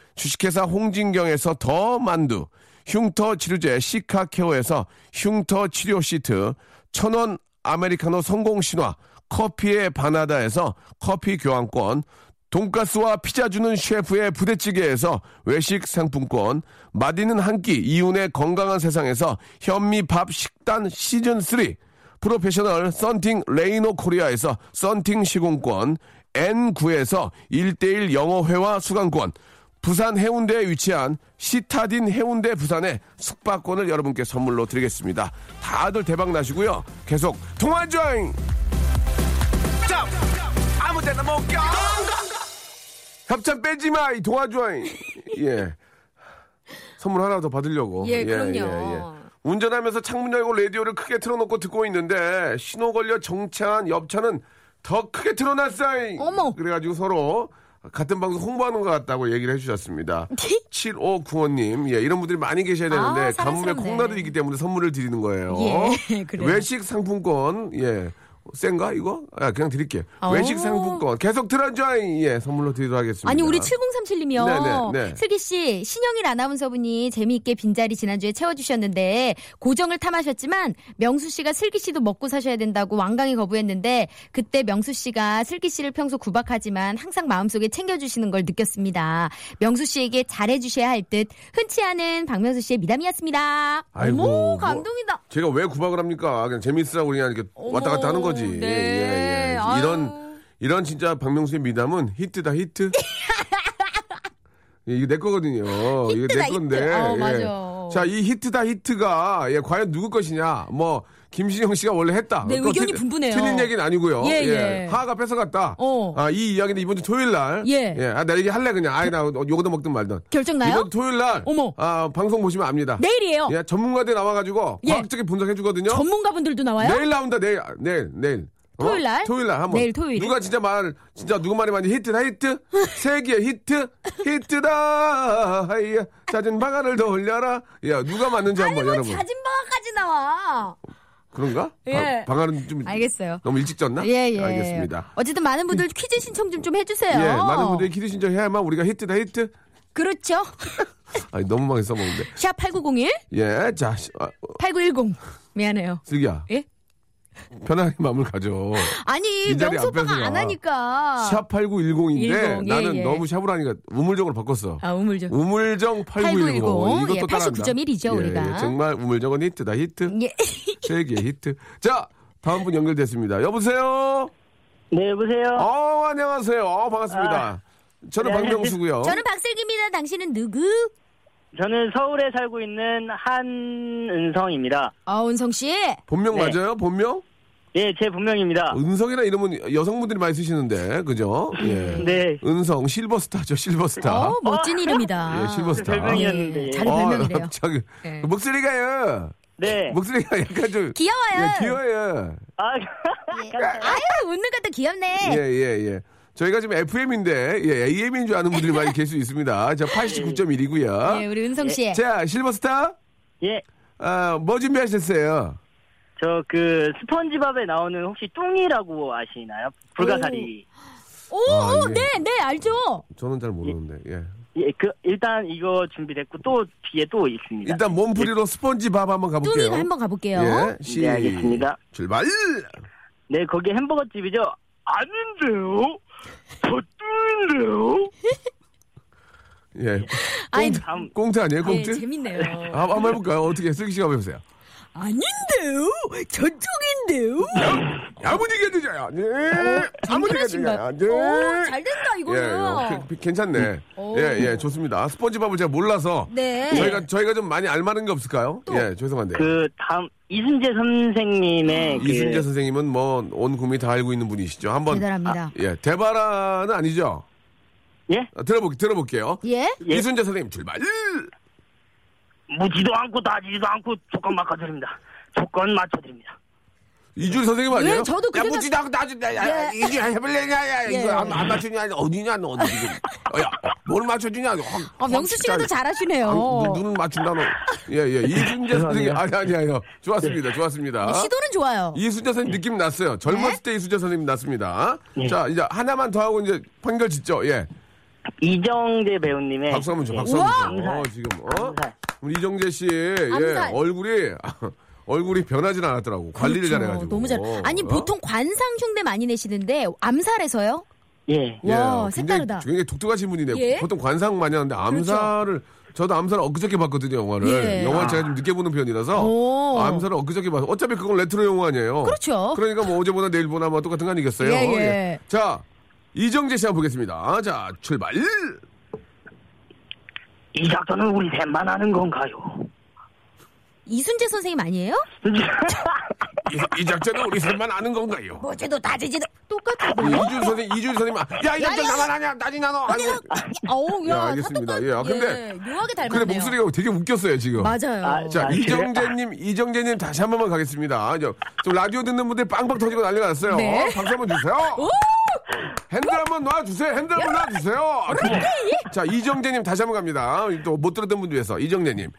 주식회사 홍진경에서 더 만두, 흉터 치료제 시카케어에서 흉터 치료 시트, 천원 아메리카노 성공 신화, 커피의 바나다에서 커피 교환권, 돈가스와 피자 주는 셰프의 부대찌개에서 외식 상품권, 맛있는 한 끼 이윤의 건강한 세상에서 현미밥 식단 시즌 3, 프로페셔널 썬팅 레이노 코리아에서 썬팅 시공권, N9에서 1대1 영어회화 수강권, 부산 해운대에 위치한 시타딘 해운대 부산의 숙박권을 여러분께 선물로 드리겠습니다. 다들 대박 나시고요. 계속 통화 조잉! 아무데나 못 껴! 협찬 빼지 마, 이 도와줘잉! 예. 선물 하나 더 받으려고.
예, 그럼요.
운전하면서 창문 열고 라디오를 크게 틀어놓고 듣고 있는데 신호 걸려 정차한 옆차는 더 크게 틀어놨어요.
어머.
그래가지고 서로 같은 방송 홍보하는 것 같다고 얘기를 해주셨습니다. 7595님, 예, 이런 분들이 많이 계셔야 되는데
네? 아,
가뭄에
사랑스럽네.
콩나들이기 때문에 선물을 드리는 거예요.
예, 그래요.
외식 상품권, 예. 센가 이거? 아, 그냥 드릴게.
오.
외식 상품권 계속 들어줘잉. 예, 선물로 드리도록 하겠습니다.
아니 우리 7037님이요.
네, 네, 네.
슬기 씨, 신영일 아나운서분이 재미있게 빈자리 지난주에 채워주셨는데 고정을 탐하셨지만 명수 씨가 슬기 씨도 먹고 사셔야 된다고 완강히 거부했는데 그때 명수 씨가 슬기 씨를 평소 구박하지만 항상 마음속에 챙겨주시는 걸 느꼈습니다. 명수 씨에게 잘해주셔야 할 듯 흔치 않은 박명수 씨의 미담이었습니다.
아이고,
어머
뭐-
감동이다.
제가 왜 구박을 합니까? 그냥 재밌으라고 그냥 이렇게
어머,
왔다 갔다 하는 거지.
네.
예, 예, 예.
아유.
이런 이런 진짜 박명수의 미담은 히트다 히트. 예, 이게 내 거거든요. 이게
히트다,
내 건데.
히트. 어,
예.
맞아.
자, 이 히트다 히트가 예, 과연 누구 것이냐? 뭐 김신영 씨가 원래 했다.
네,
그거
의견이
틀-
분분해요.
틀린 얘기는 아니고요.
예, 예.
하하가 뺏어갔다.
어.
아, 이 이야기는 이번 주 토요일 날.
예.
아, 나 얘기 할래 그냥. 아이 나 요거도 먹든 말든.
결정 나요?
이번 토요일 날.
어머.
아, 방송 보시면 압니다.
내일이에요.
예, 전문가들 나와가지고
예.
과학적인 분석해 주거든요.
전문가분들도 나와요?
내일 나온다 내일 아, 내일 내일. 어?
토요일 날?
토요일 날 한번.
내일 토요일.
누가 진짜 말 진짜 누구 말이 많이 히트다 히트 세계 히트 히트다 하이야 자진 방아를 더 올려라. 야 누가 맞는지
아니
한번
뭐
여러분.
자진방아까지 나와.
그런가?
예.
방, 아는좀
알겠어요.
너무 일찍 졌나?
예, 예.
네? 알겠습니다.
어쨌든 많은 분들 퀴즈 신청 좀, 좀 해주세요.
예, 많은 분들이 키드 신청해야만 우리가 히트다 히트.
그렇죠.
아니 너무 많이 써먹는데.
샵 8901,
예, 자 시- 아, 어,
8910. 미안해요.
슬기야.
예?
편안히 마음을 가져.
아니,
이 자리
명수 오빠가
앞에서
안
와.
하니까.
샵 8910인데
예,
나는
아. 예.
너무 샵을 하니까 우물정으로 바꿨어.
아, 우물정.
우물정 8910.
8910.
이것도
예,
따라한다. 예,
89.1이죠, 우리가.
정말 우물정은 히트다, 히트.
예.
세계 히트. 자, 다음 분 연결됐습니다. 여보세요?
네, 여보세요?
어, 안녕하세요. 어, 반갑습니다. 저는
네,
박명수고요
저는 박슬기입니다. 당신은 누구?
저는 서울에 살고 있는 한은성입니다.
어, 은성 씨.
본명
네.
맞아요? 본명?
예, 제
아.
어?
본명입니다.
은성이나 이름은 여성분들이 많이 쓰시는데, 그죠? 예.
네.
은성, 실버스타죠, 실버스타.
어, 멋진 이름이다.
예, 실버스타.
아,
아,
별명이었는데.
예, 자기 별명이래요.
갑자기.
네.
목소리가요.
네.
목소리가 약간 좀.
귀여워요.
예, 귀여워요.
아,
예.
아유, 웃는 것도 귀엽네.
예, 예, 예. 저희가 지금 FM인데, 예, AM인 줄 아는 분들이 많이 계실 수 있습니다. 자, 89.1이고요.
예, 우리 은성 씨.
자, 실버스타,
예.
아, 뭐 준비하셨어요?
저 그 스펀지밥에 나오는 혹시 뚱이라고 아시나요? 불가사리.
오,
아,
오,
예.
네, 네, 알죠.
저는 잘 모르는데, 예.
예, 그 일단 이거 준비됐고 또 뒤에 또 있습니다.
일단 몸풀이로 스펀지 밥 한번 가볼게요.
뚱이가 한번 가볼게요.
예, 시,
네, 알겠습니다.
출발!
네, 거기 햄버거 집이죠. 아닌데요. 저 뚱인데요.
예.
아니,
다음
꽁트 아니에요,
예,
꽁트?
재밌네요.
아, 한번 해볼까요? 어떻게, 슬기 씨가 한번 해보세요.
아닌데요? 저쪽인데요?
아무지게 드자요. 네. 아무지게 드자요.
장난하신가?
네.
오, 어, 잘 된다,
예, 예,
이거는.
그- 그- 괜찮네.
음. 오.
예, 예, 좋습니다. 스펀지밥을 제가 몰라서
네.
저희가 저희가 좀 많이 알만한 게 없을까요? 예, 죄송한데.
그 다음 이순재 선생님의
아, 이순재
그
선생님은 뭐 온 국민이 다 알고 있는 분이시죠. 한번
대단합니다.
예, 대바라는 아니죠.
예?
아, 들어볼 들어볼게요.
예?
예.
이순재 선생님 출발.
무지도 않고 다지지도 않고 조건 맞춰드립니다. 조건 맞춰드립니다.
이준 선생님 아니에요?
왜 저도 그
야, 뭐
생각-
묻지도 않고 나준다. 야,
예.
이게 해볼래냐? 야,
예.
이거 안, 안 맞추냐? 어디냐? 너 어디 지금? 어, 야, 뭘 맞춰주냐? 확,
어, 명수 씨가 더 잘하시네요.
아, 눈 맞춘다 너. 예예. 이순재 선생님 아니 아니 아니요. 좋았습니다. 좋았습니다.
네. 시도는 네. 좋아요.
이순재 선생님 느낌 났어요. 젊었을 때 이순재 선생님 났습니다.
네.
자 이제 하나만 더 하고 이제 판결 짓죠. 예.
이정재
네.
배우님의
박수 한번 줘.
예.
박수 한번 줘. 어, 지금 어.
암살.
우리 이정재 씨 예.
암살.
얼굴이 얼굴이 변하진 않았더라고. 관리를
그렇죠.
잘해가지고.
너무 잘. 아니
어?
보통 관상 흉내 많이 내시는데 암살에서요?
예.
예,
와
굉장히-
색다르다.
굉장히 독특하신 분이네요.
예? 그렇죠.
보통 관상 많이 하는데 암살을 저도 암살을 엊그저께 봤거든요 영화를.
예.
영화를 제가 좀 늦게 보는 편이라서
오.
암살을 엊그저께 봐서 어차피 그건 레트로 영화 아니에요.
그렇죠.
그러니까 뭐 어제보다 내일 보나 뭐 똑같은 거 아니겠어요.
예, 예.
자 이정재 씨 한번 보겠습니다. 자 출발.
이 작전은 우리 셋만 하는 건가요?
이순재 선생님 아니에요?
이, 이 작전은 우리 셋만 아는 건가요?
어제도 다지지도
이-
똑같은데요?
이준 선생 이준 선생님 야이 작전 나만 하냐 나지 나눠. 아이고.
어우
야,
야,
알겠습니다.
사또가-
예, 아, 근데-
예, 묘하게 닮았네요.
근데 목소리가 되게 웃겼어요 지금.
맞아요.
아,
자,
아,
이정재님, 이정재님 다시 한 번만 가겠습니다. 아, 저, 좀 라디오 듣는 분들 빵빵 터지고 난리가 났어요.
네.
박수 한 번 주세요. 핸들 한번 놔주세요. 핸들 한번 놔주세요.
어,
아,
예,
고마워. 자, 이정재님 다시 한 번 갑니다. 또 못 들었던 분들 위해서. 이정재님,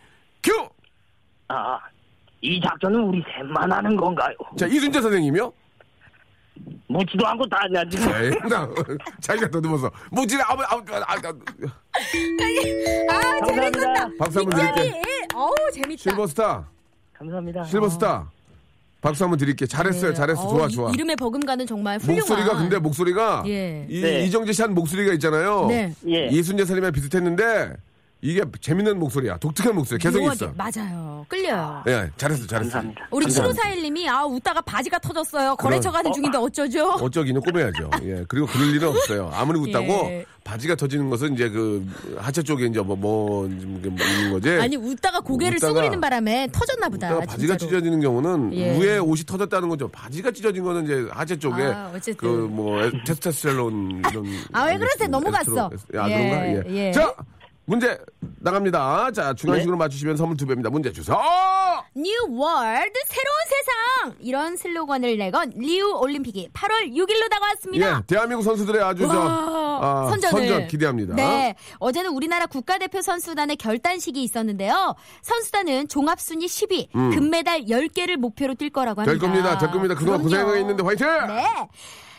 큐!
아, 이 작전은 우리 셋만 하는 건가요? 뭐
자, 이순재 선생님이요?
묻지도 않고 다 그냥 지금.
에이, 나, 자기가 더듬어서. 뭐지라, 아무, 아무, 아, 아,
아 재밌었다.
박수 한번 드릴게.
예, 어우 재밌다.
실버스타,
감사합니다.
실버스타. 박수 한번 드릴게. 잘했어요,
예,
잘했어.
어우,
좋아,
이-
좋아.
이름의 버금가는 정말 훌륭한.
목소리가 근데 뭐 목소리가
예.
이,
네.
이정재 씨 한 목소리가 있잖아요.
네.
예.
이순재 선생님이랑 비슷했는데 이게 재밌는 목소리야. 독특한 목소리 계속
묘하게-
있어.
맞아요. 끌려요.
예, 잘했어, 잘했어.
감사합니다.
뭐 우리 7541님이 아 웃다가 바지가 터졌어요. 거래처 가는 중인데 어쩌죠?
어쩌기는 꾸며야죠. 예, 그리고 그럴 일은 없어요. 아무리 웃다고
예.
바지가 터지는 것은 이제 그 하체 쪽에 이제 뭐, 뭐, 좀 이렇게 뭐 있는 거지.
아니 웃다가 고개를
웃다가-
쓰그리는 바람에 터졌나 보다.
웃다가 그러니까 바지가
그러니까 진짜로.
찢어지는 경우는
예.
위에 옷이 터졌다는 거죠. 바지가 찢어진 거는 이제 하체 쪽에
아, 어쨌든.
그 뭐 테스테스테론 이런.
아, 왜
이런
그러세요?
에스트로-
넘어갔어.
에스트로- 아, 그런가?
예,
예.
예.
자, 문제 나갑니다. 자, 중간식으로 맞추시면 선물 두 배입니다. 문제 주세요.
뉴 월드 새로운 세상 이런 슬로건을 내건 리우 올림픽이 8월 6일로
예,
다가왔습니다.
대한민국 선수들의 아주 저,
와,
아,
선전을.
선전 기대합니다.
네. 어제는 우리나라 국가대표 선수단의 결단식이 있었는데요. 선수단은 종합순위 10위, 금메달 10개를 목표로 뛸 거라고
음. 될
합니다.
겁니다. 될 겁니다. 그동안
그럼요.
고생했는데 화이팅!
네.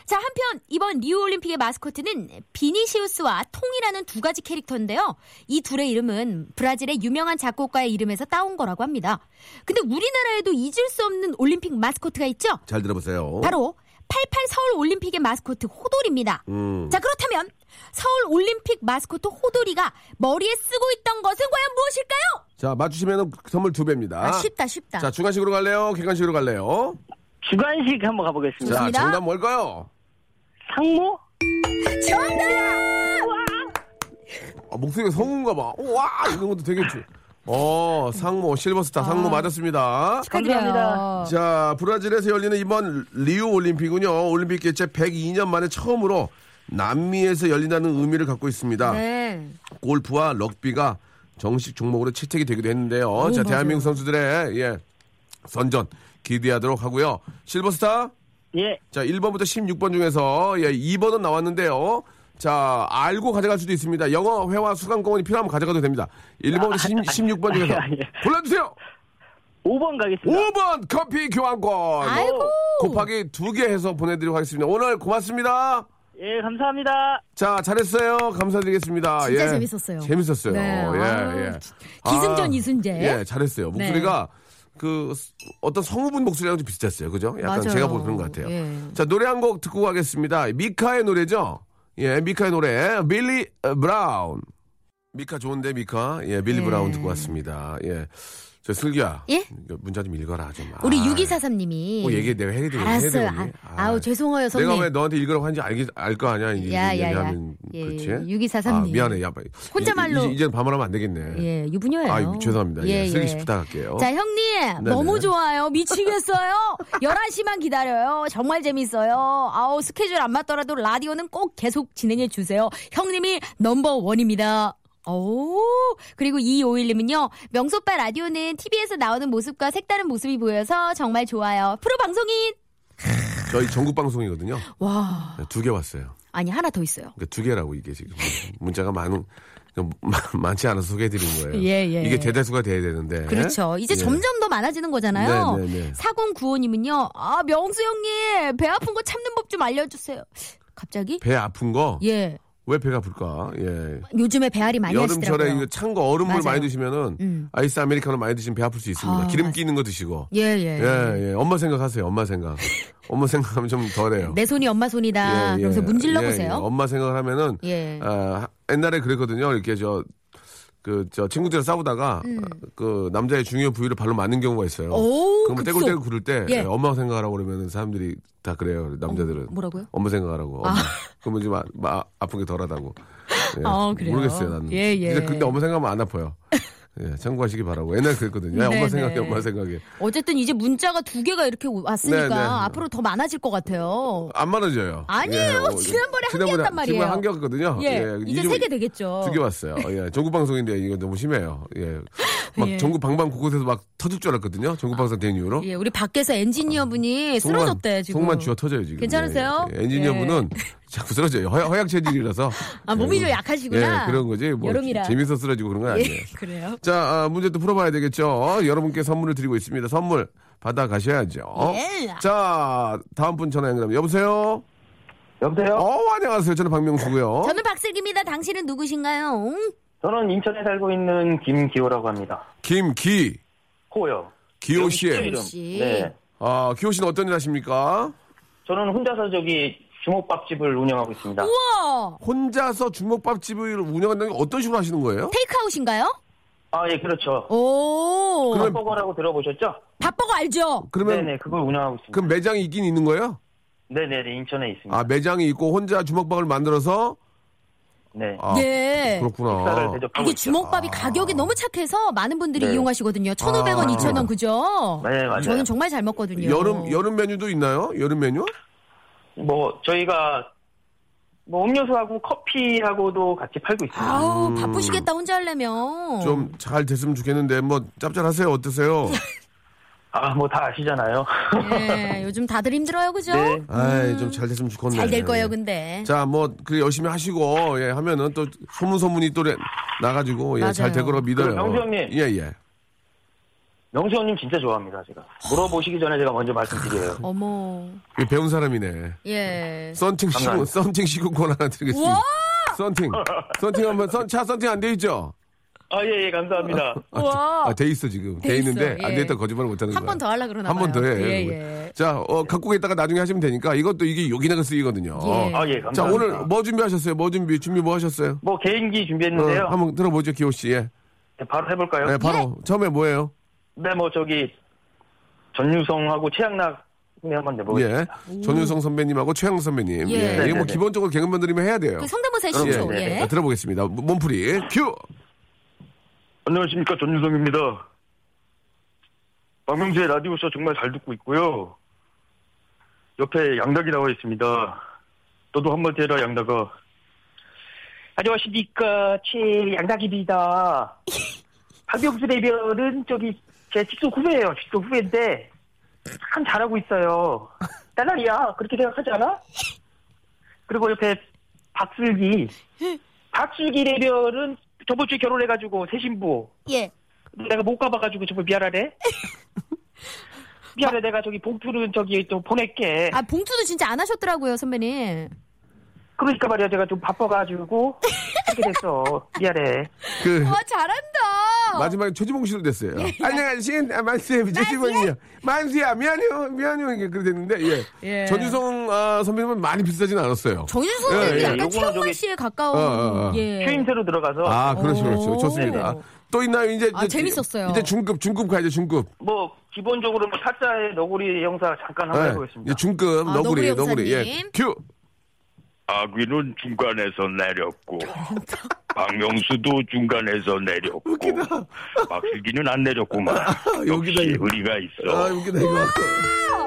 자, 한편 이번 리우 올림픽의 마스코트는 비니시우스와 통이라는 두 가지 캐릭터인데요. 이 둘의 이름은 브라질의 유명한 작곡가의 이름에서 따온 거라고 합니다. 근데 우리나라에도 잊을 수 없는 올림픽 마스코트가 있죠?
잘 들어보세요.
바로 88 서울 올림픽의 마스코트 호돌입니다.
음.
자, 그렇다면 서울 올림픽 마스코트 호돌이가 머리에 쓰고 있던 것은 과연 무엇일까요?
자, 맞추시면 선물 두 배입니다.
아, 쉽다, 쉽다.
자, 중간식으로 갈래요? 객관식으로 갈래요?
주관식 한번 가보겠습니다.
자,
좋습니다.
정답 뭘까요?
상모?
정답!
아, 목소리가 성우인가 봐. 와 이런 것도 되게 좋. 어 상무 실버스타
아.
상무 맞았습니다.
감사합니다.
자, 브라질에서 열리는 이번 리우 올림픽은요, 올림픽 개최 102년 만에 처음으로 남미에서 열린다는 의미를 갖고 있습니다.
네.
골프와 럭비가 정식 종목으로 채택이 되기도 했는데요. 자, 대한민국 선수들의, 예, 선전 기대하도록 하고요. 실버스타,
예.
자, 1번부터 16번 중에서, 예, 2번은 나왔는데요. 자, 알고 가져갈 수도 있습니다. 영어, 회화, 수강권이 필요하면 가져가도 됩니다.
아,
1번부터 16번 중에서
아, 예.
골라주세요!
5번 가겠습니다.
5번 커피 교환권
아이고.
곱하기 2개 해서 보내드리고 하겠습니다. 오늘 고맙습니다.
예, 감사합니다.
자, 잘했어요. 감사드리겠습니다.
진짜 재밌었어요.
아, 예. 재밌었어요.
네,
예,
아유,
예.
기승전 이순재.
예, 잘했어요. 목소리가 그 어떤 성우분 목소리랑 좀 비슷했어요. 그죠? 약간
네. 맞아요.
제가 보는 것 같아요.
예.
자, 노래 한 곡 듣고 가겠습니다. 미카의 노래죠? 예, 미카의 노래. 빌리 어, 브라운. 미카 좋은데, 미카? 예, 빌리
예.
브라운 듣고 왔습니다. 예. 저 슬기야.
예?
문자 좀 읽어라, 좀.
우리
아이.
6243님이.
뭐 얘기 내가 해야 되겠
알았어요. 아, 아우, 죄송해요, 선생님.
내가 왜 너한테 읽으라고 하는지 알기 알거 아니야. 이제
야, 야, 야.
얘기하면
예,
그렇지.
6243
아,
님.
미안해. 야, 빨리.
혼자말로.
이- 이- 이제 밤을 하면 안 되겠네.
예, 유부녀예요.
아, 죄송합니다. 예, 쓰기 쉽다 할게요.
자, 형님.
네네.
너무 좋아요. 미치겠어요. 11시만 기다려요. 정말 재밌어요. 아우, 스케줄 안 맞더라도 라디오는 꼭 계속 진행해 주세요. 형님이 넘버원입니다. 오, 그리고 251님은요, 명소빠 라디오는 TV에서 나오는 모습과 색다른 모습이 보여서 정말 좋아요. 프로 방송인!
저희 전국 방송이거든요.
어. 와,
두 개 왔어요.
아니, 하나 더 있어요.
그러니까 두 개라고 이게 지금 문자가 많은 그러니까 마- 많지 않아서 소개해드린 거예요.
예, 예.
이게 대다수가 돼야 되는데.
그렇죠. 이제
예.
점점 더 많아지는 거잖아요.
네, 네, 네.
4095님은요, 아, 명수 형님, 배 아픈 거 참는 법 좀 알려주세요. 갑자기?
배 아픈 거.
예.
왜 배가 아플까? 예.
요즘에 배앓이 많이
여름철에
하시더라고요.
이거 찬 거 얼음물
맞아요.
많이 드시면은
음.
아이스 아메리카노 많이 드시면 배 아플 수 있습니다.
아,
기름
맞-
끼는 거 드시고.
예, 예.
예, 예. 엄마 생각하세요. 엄마 생각. 엄마 생각하면 좀 덜해요.
내 손이 엄마 손이다.
예, 예.
아, 그래서 문질러
예, 예.
보세요.
엄마 생각을 하면은
예.
아, 옛날에 그랬거든요. 이렇게 저 그 저 친구들이랑 싸우다가 어, 그 남자의 중요 부위를 발로 맞는 경우가 있어요.
음. 오,
그럼 뭐
급속.
떼굴떼굴 구를 때
예. 어,
예, 엄마 생각하라고 그러면 사람들이 다 그래요. 남자들은
뭐라고요?
엄마 생각하라고. 엄마. 그러면 좀 아, 마- 아픈 게 덜하다고. 예.
아, 그래요?
모르겠어요 나는.
예, 예.
근데, 근데 엄마 생각하면 안 아파요. 예, 참고하시기 바라고. 옛날 에 그랬거든요. 야,
네,
엄마 생각해,
네.
엄마 생각해.
어쨌든 이제 문자가 두 개가 이렇게 오-
네,
왔으니까
네.
앞으로 더 많아질 것 같아요.
안 많아져요.
아니에요.
어,
지난번에 한
지난번에
개였단 말이에요.
지난번에 한 개였거든요.
예. 이제 세 개 되겠죠.
아, 두개 왔어요. 예. 전국 방송인데 이거 너무 심해요. 예. 막
예.
전국 방방 곳곳에서 막 터질 줄 알았거든요. 전국 방송 된 이후로.
예, 우리 밖에서 엔지니어분이
아, 속만-
쓰러졌대 지금.
속만 쥐어 터져요 지금.
괜찮으세요?
예, 예. 엔지니어분은
예.
자꾸 쓰러져요. 허약, 허약 체질이라서.
아, 몸이 좀 약하시구나.
예, 그런 거지. 뭐
여름이라.
재밌어 쓰러지고 그런 건
예,
아니에요.
그래요.
자, 아, 문제 또 풀어봐야 되겠죠. 어, 여러분께 선물을 드리고 있습니다. 선물 받아가셔야죠.
예.
자, 다음 분 전화 연결합니다. 여보세요?
여보세요?
어, 안녕하세요. 저는 박명수고요.
저는 박슬기입니다. 당신은 누구신가요?
저는 인천에 살고 있는 김기호라고 합니다.
김기,
호요.
기호 씨.
이름.
씨.
네.
아, 기호 씨는 어떤 일 하십니까?
저는 혼자서 저기 주먹밥집을 운영하고 있습니다.
우와!
혼자서 중국밥집을 운영한다는 게 어떤 식으로 하시는 거예요?
테이크아웃인가요?
아, 예, 그렇죠.
오.
그럼-
햄버거라고 들어보셨죠?
밥버거 알죠?
그러면
네네, 그걸 운영하고 있습니다.
그 매장이 있긴 있는 거예요?
네네, 네, 인천에 있습니다.
아, 매장이 있고 혼자 주먹밥을 만들어서
네.
아,
네.
식사를
그렇구나.
대접하고
이게
있죠.
아.
주먹밥이 가격이 너무 착해서 많은 분들이
네.
이용하시거든요. 1,500원, 2,000원 그죠?
네, 맞아요.
저는 정말 잘 먹거든요.
아. 여름 여름 메뉴도 있나요? 여름 메뉴?
뭐 저희가 뭐 음료수하고 커피하고도 같이 팔고 있습니다.
아우, 바쁘시겠다 혼자 하려면.
음. 좀 잘 됐으면 좋겠는데 뭐 짭짤하세요? 어떠세요?
아 뭐 다 아시잖아요.
예, 요즘 다들 힘들어요. 그죠?
네.
아이, 좀 잘 됐으면 좋겠네.
잘 될 거예요, 근데.
자, 뭐, 그 열심히 하시고, 예, 하면은 또 소문소문이 또 레- 나가지고, 예,
맞아요.
잘될 거라 믿어요.
그럼 명수 형님.
예, 예.
명수 형님 진짜 좋아합니다 제가. 물어보시기 전에 제가 먼저 말씀드려요.
어머.
이거 배운 사람이네.
예.
썬팅 시공,
감사합니다.
썬팅 시공권 하나 드리겠습니다.
우와!
썬팅. 썬팅 하면, 선, 차 썬팅 안 돼 있죠?
아 예 예 감사합니다.
우와.
아, 돼 있어, 지금. 돼,
돼 있어,
있는데, 안
예.
돼 있다 거짓말 못 하는 거야.
한 번 더 하려고 그러나
한 번 더
봐요.
해.
예, 예.
자, 어, 각국에 있다가 나중에 하시면 되니까, 이것도 이게 여기나가 쓰이거든요. 어.
예.
아 예 감사합니다.
자, 오늘 뭐 준비하셨어요? 뭐 준비, 준비 뭐 하셨어요?
뭐 개인기
어,
준비했는데요.
한번 들어보죠, 기호 씨. 예.
네, 바로 해볼까요?
예.
예, 바로, 처음에 뭐예요?
네 뭐 저기 전유성하고 최양락 흉내 한번
예.
내보겠습니다.
전효성 선배님하고 최양 선배님.
예.
예. 이게 뭐
네네네.
기본적으로 개그맨들이면 해야 돼요.
그 성대모사의 신조.
예.
예.
자, 들어보겠습니다. 몸풀이 큐.
안녕하십니까 전유성입니다. 박명수의 라디오쇼 정말 잘 듣고 있고요. 옆에 양락이 나와 있습니다. 너도 한마디 해라 양락아. 안녕하십니까 최양락입니다. 박명수 대변은 저기 제 직속 후배예요. 직속 후배인데 참 잘하고 있어요. 딸랑이야 그렇게 생각하지 않아? 그리고 옆에 박슬기. 박슬기 대변은 저번 주에 결혼해가지고 새 신부.
예.
내가 못 가봐가지고 정말 미안하네. 미안해, 내가 저기 봉투는 저기 좀 보낼게.
아, 봉투도 진짜 안 하셨더라고요, 선배님.
그러니까 말이야, 제가 좀 바빠가지고 하게 됐어. 미안해.
그
와, 아, 잘한다.
마지막에 최지봉 씨로 됐어요.
예.
안녕하신 만수의 최지봉이요. 만수야 미안해요 미안해요 이게 그래 됐는데 예.
예.
전유성 아, 선배님은 많이 비슷하진 않았어요.
정윤수
예,
선배님
예.
약간
요거는
최영만
저기-
씨에 가까운.
어, 어, 어.
예.
휴임새로 들어가서
아 그렇죠
오. 네.
그렇죠 좋습니다. 또 있나요 이제
아,
이제
재밌었어요.
이제 중급 중급 가야죠 중급.
뭐 기본적으로 뭐 타짜의 너구리 영상 잠깐 한번
예.
해보겠습니다.
이제 중급
아,
너구리
너구리
너구리 예.
형사님.
큐.
아귀는 중간에서 내렸고 박명수도 중간에서 내렸고 박슬기는 안 내렸구만.
여기다
역시
이거.
의리가 있어.
아 웃기다 이거.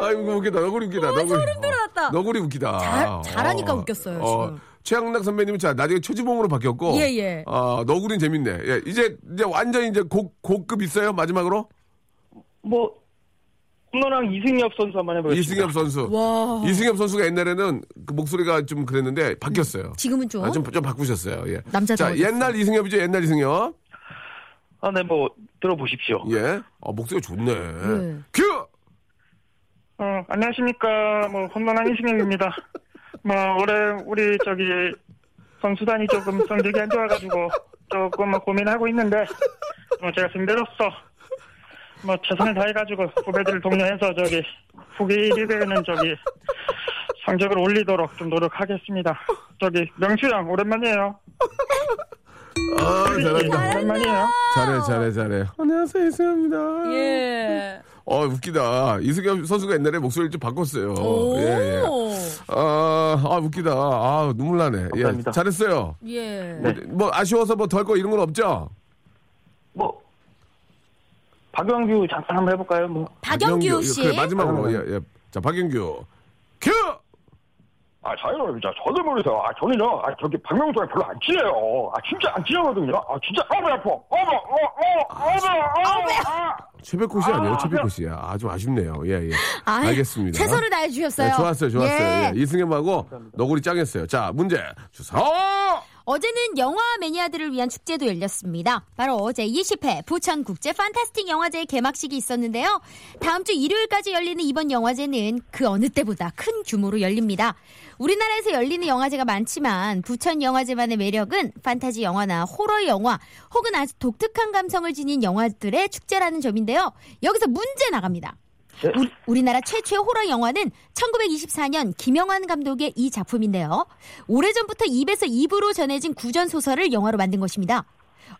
아 이거 웃기다 너구리 웃기다 너구리. 어,
돋았다.
너구리 웃기다.
잘- 잘하니까 웃겼어요, 지금.
최양락 선배님은 자 나중에 최지봉으로 바뀌었고.
예, 예.
아 너구리는 재밌네. 예, 이제 이제 완전 이제 고, 고급 있어요 마지막으로
뭐 홈런왕 이승엽 선수 한번 해보겠습니다.
이승엽 선수.
와.
이승엽 선수가 옛날에는 그 목소리가 좀 그랬는데 바뀌었어요.
지금은 좀.
아, 좀, 좀 바꾸셨어요. 예. 자,
남자다워졌어요.
옛날 이승엽이죠. 옛날 이승엽.
아, 네, 뭐 들어보십시오.
예. 아, 목소리가 좋네.
네.
큐!
어, 안녕하십니까. 뭐, 홈런왕 이승엽입니다. 뭐, 올해 우리 저기 선수단이 조금 성적이 안 좋아가지고 조금 뭐 고민하고 있는데, 뭐, 제가 선배로서 뭐, 최선을 다해가지고 후배들을 독려해서 저기 후기 리그에는 저기 성적을 올리도록 좀 노력하겠습니다. 저기 명수형 오랜만이에요.
아, 잘한다.
오랜만이에요.
잘해, 잘해, 잘해. 안녕하세요. 이승엽입니다.
예.
어, 웃기다. 이승엽 선수가 옛날에 목소리를 좀 바꿨어요.
오.
예, 예. 아, 아, 웃기다. 아, 눈물 나네. 예.
감사합니다.
잘했어요.
예.
뭐, 뭐 아쉬워서 뭐 더 할 거 이런 건 없죠?
뭐 박영규 잠깐 한번 해볼까요? 뭐
박영규 씨.
예, 그래, 마지막으로. 예, 예. 자, 박영규. 큐!
아, 자연을 진짜 저도 모르세요. 아, 저는요, 아, 저기 박명수가 별로 안 친해요. 아, 진짜 안 친하거든요. 아, 진짜 어머 아파. 어머, 어, 어, 어머, 어머. 아,
최백호 씨 아니에요? 최백호 씨야. 아, 좀 아쉽네요. 예, 예.
아이,
알겠습니다.
최선을 다해 주셨어요.
네, 좋았어요, 좋았어요.
예.
예, 이승엽하고 너구리 짱했어요. 자, 문제 주세요.
어제는 영화 매니아들을 위한 축제도 열렸습니다. 바로 어제 20회 부천국제 판타스틱 영화제의 개막식이 있었는데요. 다음 주 일요일까지 열리는 이번 영화제는 그 어느 때보다 큰 규모로 열립니다. 우리나라에서 열리는 영화제가 많지만 부천 영화제만의 매력은 판타지 영화나 호러 영화 혹은 아주 독특한 감성을 지닌 영화들의 축제라는 점인데요. 여기서 문제 나갑니다. 우리- 우리나라 최초의 호러 영화는 1924년 김영환 감독의 이 작품인데요. 오래전부터 입에서 입으로 전해진 구전 소설을 영화로 만든 것입니다.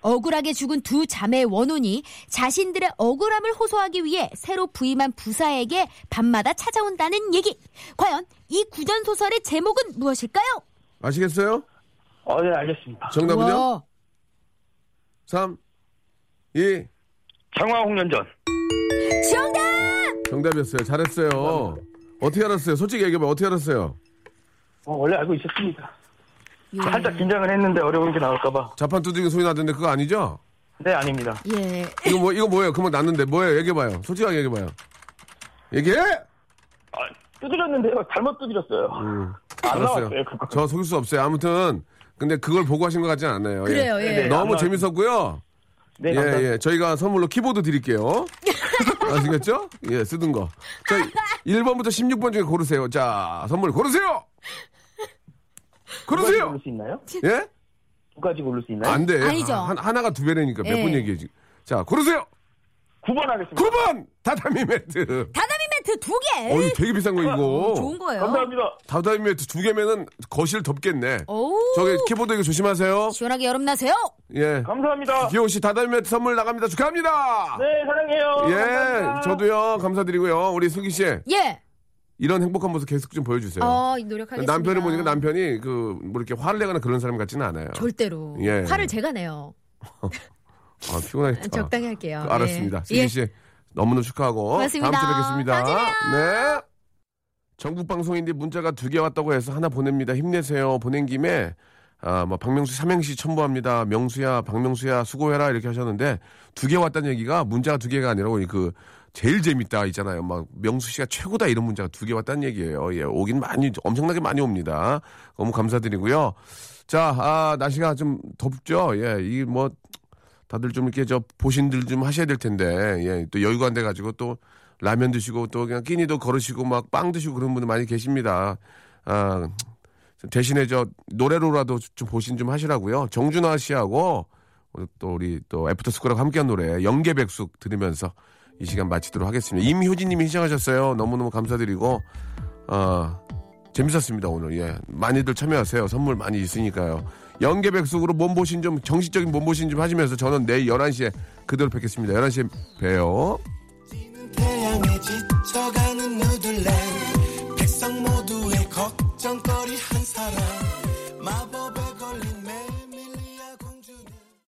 억울하게 죽은 두 자매의 원혼이 자신들의 억울함을 호소하기 위해 새로 부임한 부사에게 밤마다 찾아온다는 얘기. 과연 이 구전 소설의 제목은 무엇일까요?
아시겠어요?
어, 네, 알겠습니다.
정답은요?
우와.
3, 2,
장화 홍련전.
정답!
정답이었어요. 잘했어요. 어떻게 알았어요? 솔직히 얘기해봐. 어떻게 알았어요?
어, 원래 알고 있었습니다. 살짝 긴장을 했는데 어려운 게 나올까봐.
자판 두드리는 소리 나던데 그거 아니죠?
네, 아닙니다.
예.
이거 뭐, 이거 뭐예요? 그만 났는데 뭐예요? 얘기해봐요. 솔직하게 얘기해봐요. 얘기해!
아, 두드렸는데요. 잘못 두드렸어요. 아, 안 나왔어요, 그거.
저 속일 수 없어요. 아무튼, 근데 그걸 보고 하신 것 같진 않아요. 예.
그래요, 예.
네,
너무
안
재밌었고요.
네,
예,
감사합니다.
예. 저희가 선물로 키보드 드릴게요. 아시겠죠? 예, 쓰던 거. 자, 1번부터 16번 중에 고르세요. 자, 선물 고르세요!
두 가지
고르세요!
고를 수 있나요?
예?
두 가지 고를 수 있나요?
안 돼.
네? 아니죠.
하, 하나가 두 배라니까 몇
예.
번 얘기해, 지금. 자, 고르세요!
9번 하겠습니다.
9번! 다다미 매트!
다다미 매트 두 개!
어이, 되게 비싼 거, 이거.
좋은 거예요.
감사합니다.
다다미 매트 두 개면은 거실 덮겠네.
어우.
저기 키보드 이거 조심하세요.
시원하게 여름 나세요.
예.
감사합니다.
기호 씨 다다미 매트 선물 나갑니다. 축하합니다!
어,
네, 사랑해요.
예,
감사합니다.
저도요, 감사드리고요. 우리 슬기 씨.
예.
이런 행복한 모습 계속 좀 보여주세요.
어, 노력하겠습니다.
네. 남편을 보니까 남편이 그 뭐 이렇게 화를 내거나 그런 사람 같지는 않아요.
절대로.
예.
화를 제가 내요.
아, 피곤하겠다.
적당히 할게요.
그, 알았습니다. 슬기
예.
씨 너무너무 축하하고
고맙습니다.
다음 주에 뵙겠습니다.
다음에
네. 전국 방송인데 문자가 두 개 왔다고 해서 하나 보냅니다. 힘내세요. 보낸 김에 아, 뭐 박명수 삼행시 첨부합니다. 명수야, 박명수야, 수고해라 이렇게 하셨는데 두 개 왔다는 얘기가 문자가 두 개가 아니라 그 제일 재밌다 있잖아요. 막 명수 씨가 최고다 이런 문자가 두 개 왔다는 얘기예요. 예, 오긴 많이 엄청나게 많이 옵니다. 너무 감사드리고요. 자, 아, 날씨가 좀 덥죠. 예, 이뭐 다들 좀 이렇게 저 보신들 좀 하셔야 될 텐데 예, 또 여유가 안 돼 가지고 또 라면 드시고 또 그냥 끼니도 걸으시고 막 빵 드시고 그런 분들 많이 계십니다. 아 대신에 저 노래로라도 좀 보신 좀 하시라고요. 정준하 씨하고 또 우리 또 애프터 스쿨하고 함께한 노래 영계백숙 들으면서 이 시간 마치도록 하겠습니다. 임효진님이 시청하셨어요. 너무너무 감사드리고 아 재밌었습니다 오늘 예 많이들 참여하세요 선물 많이 있으니까요 연계백숙으로 몸보신 좀 정식적인 몸보신 좀 하시면서 저는 내일 11시에 그대로 뵙겠습니다 11시에 봬요
지는 태양에 지쳐가는 누들레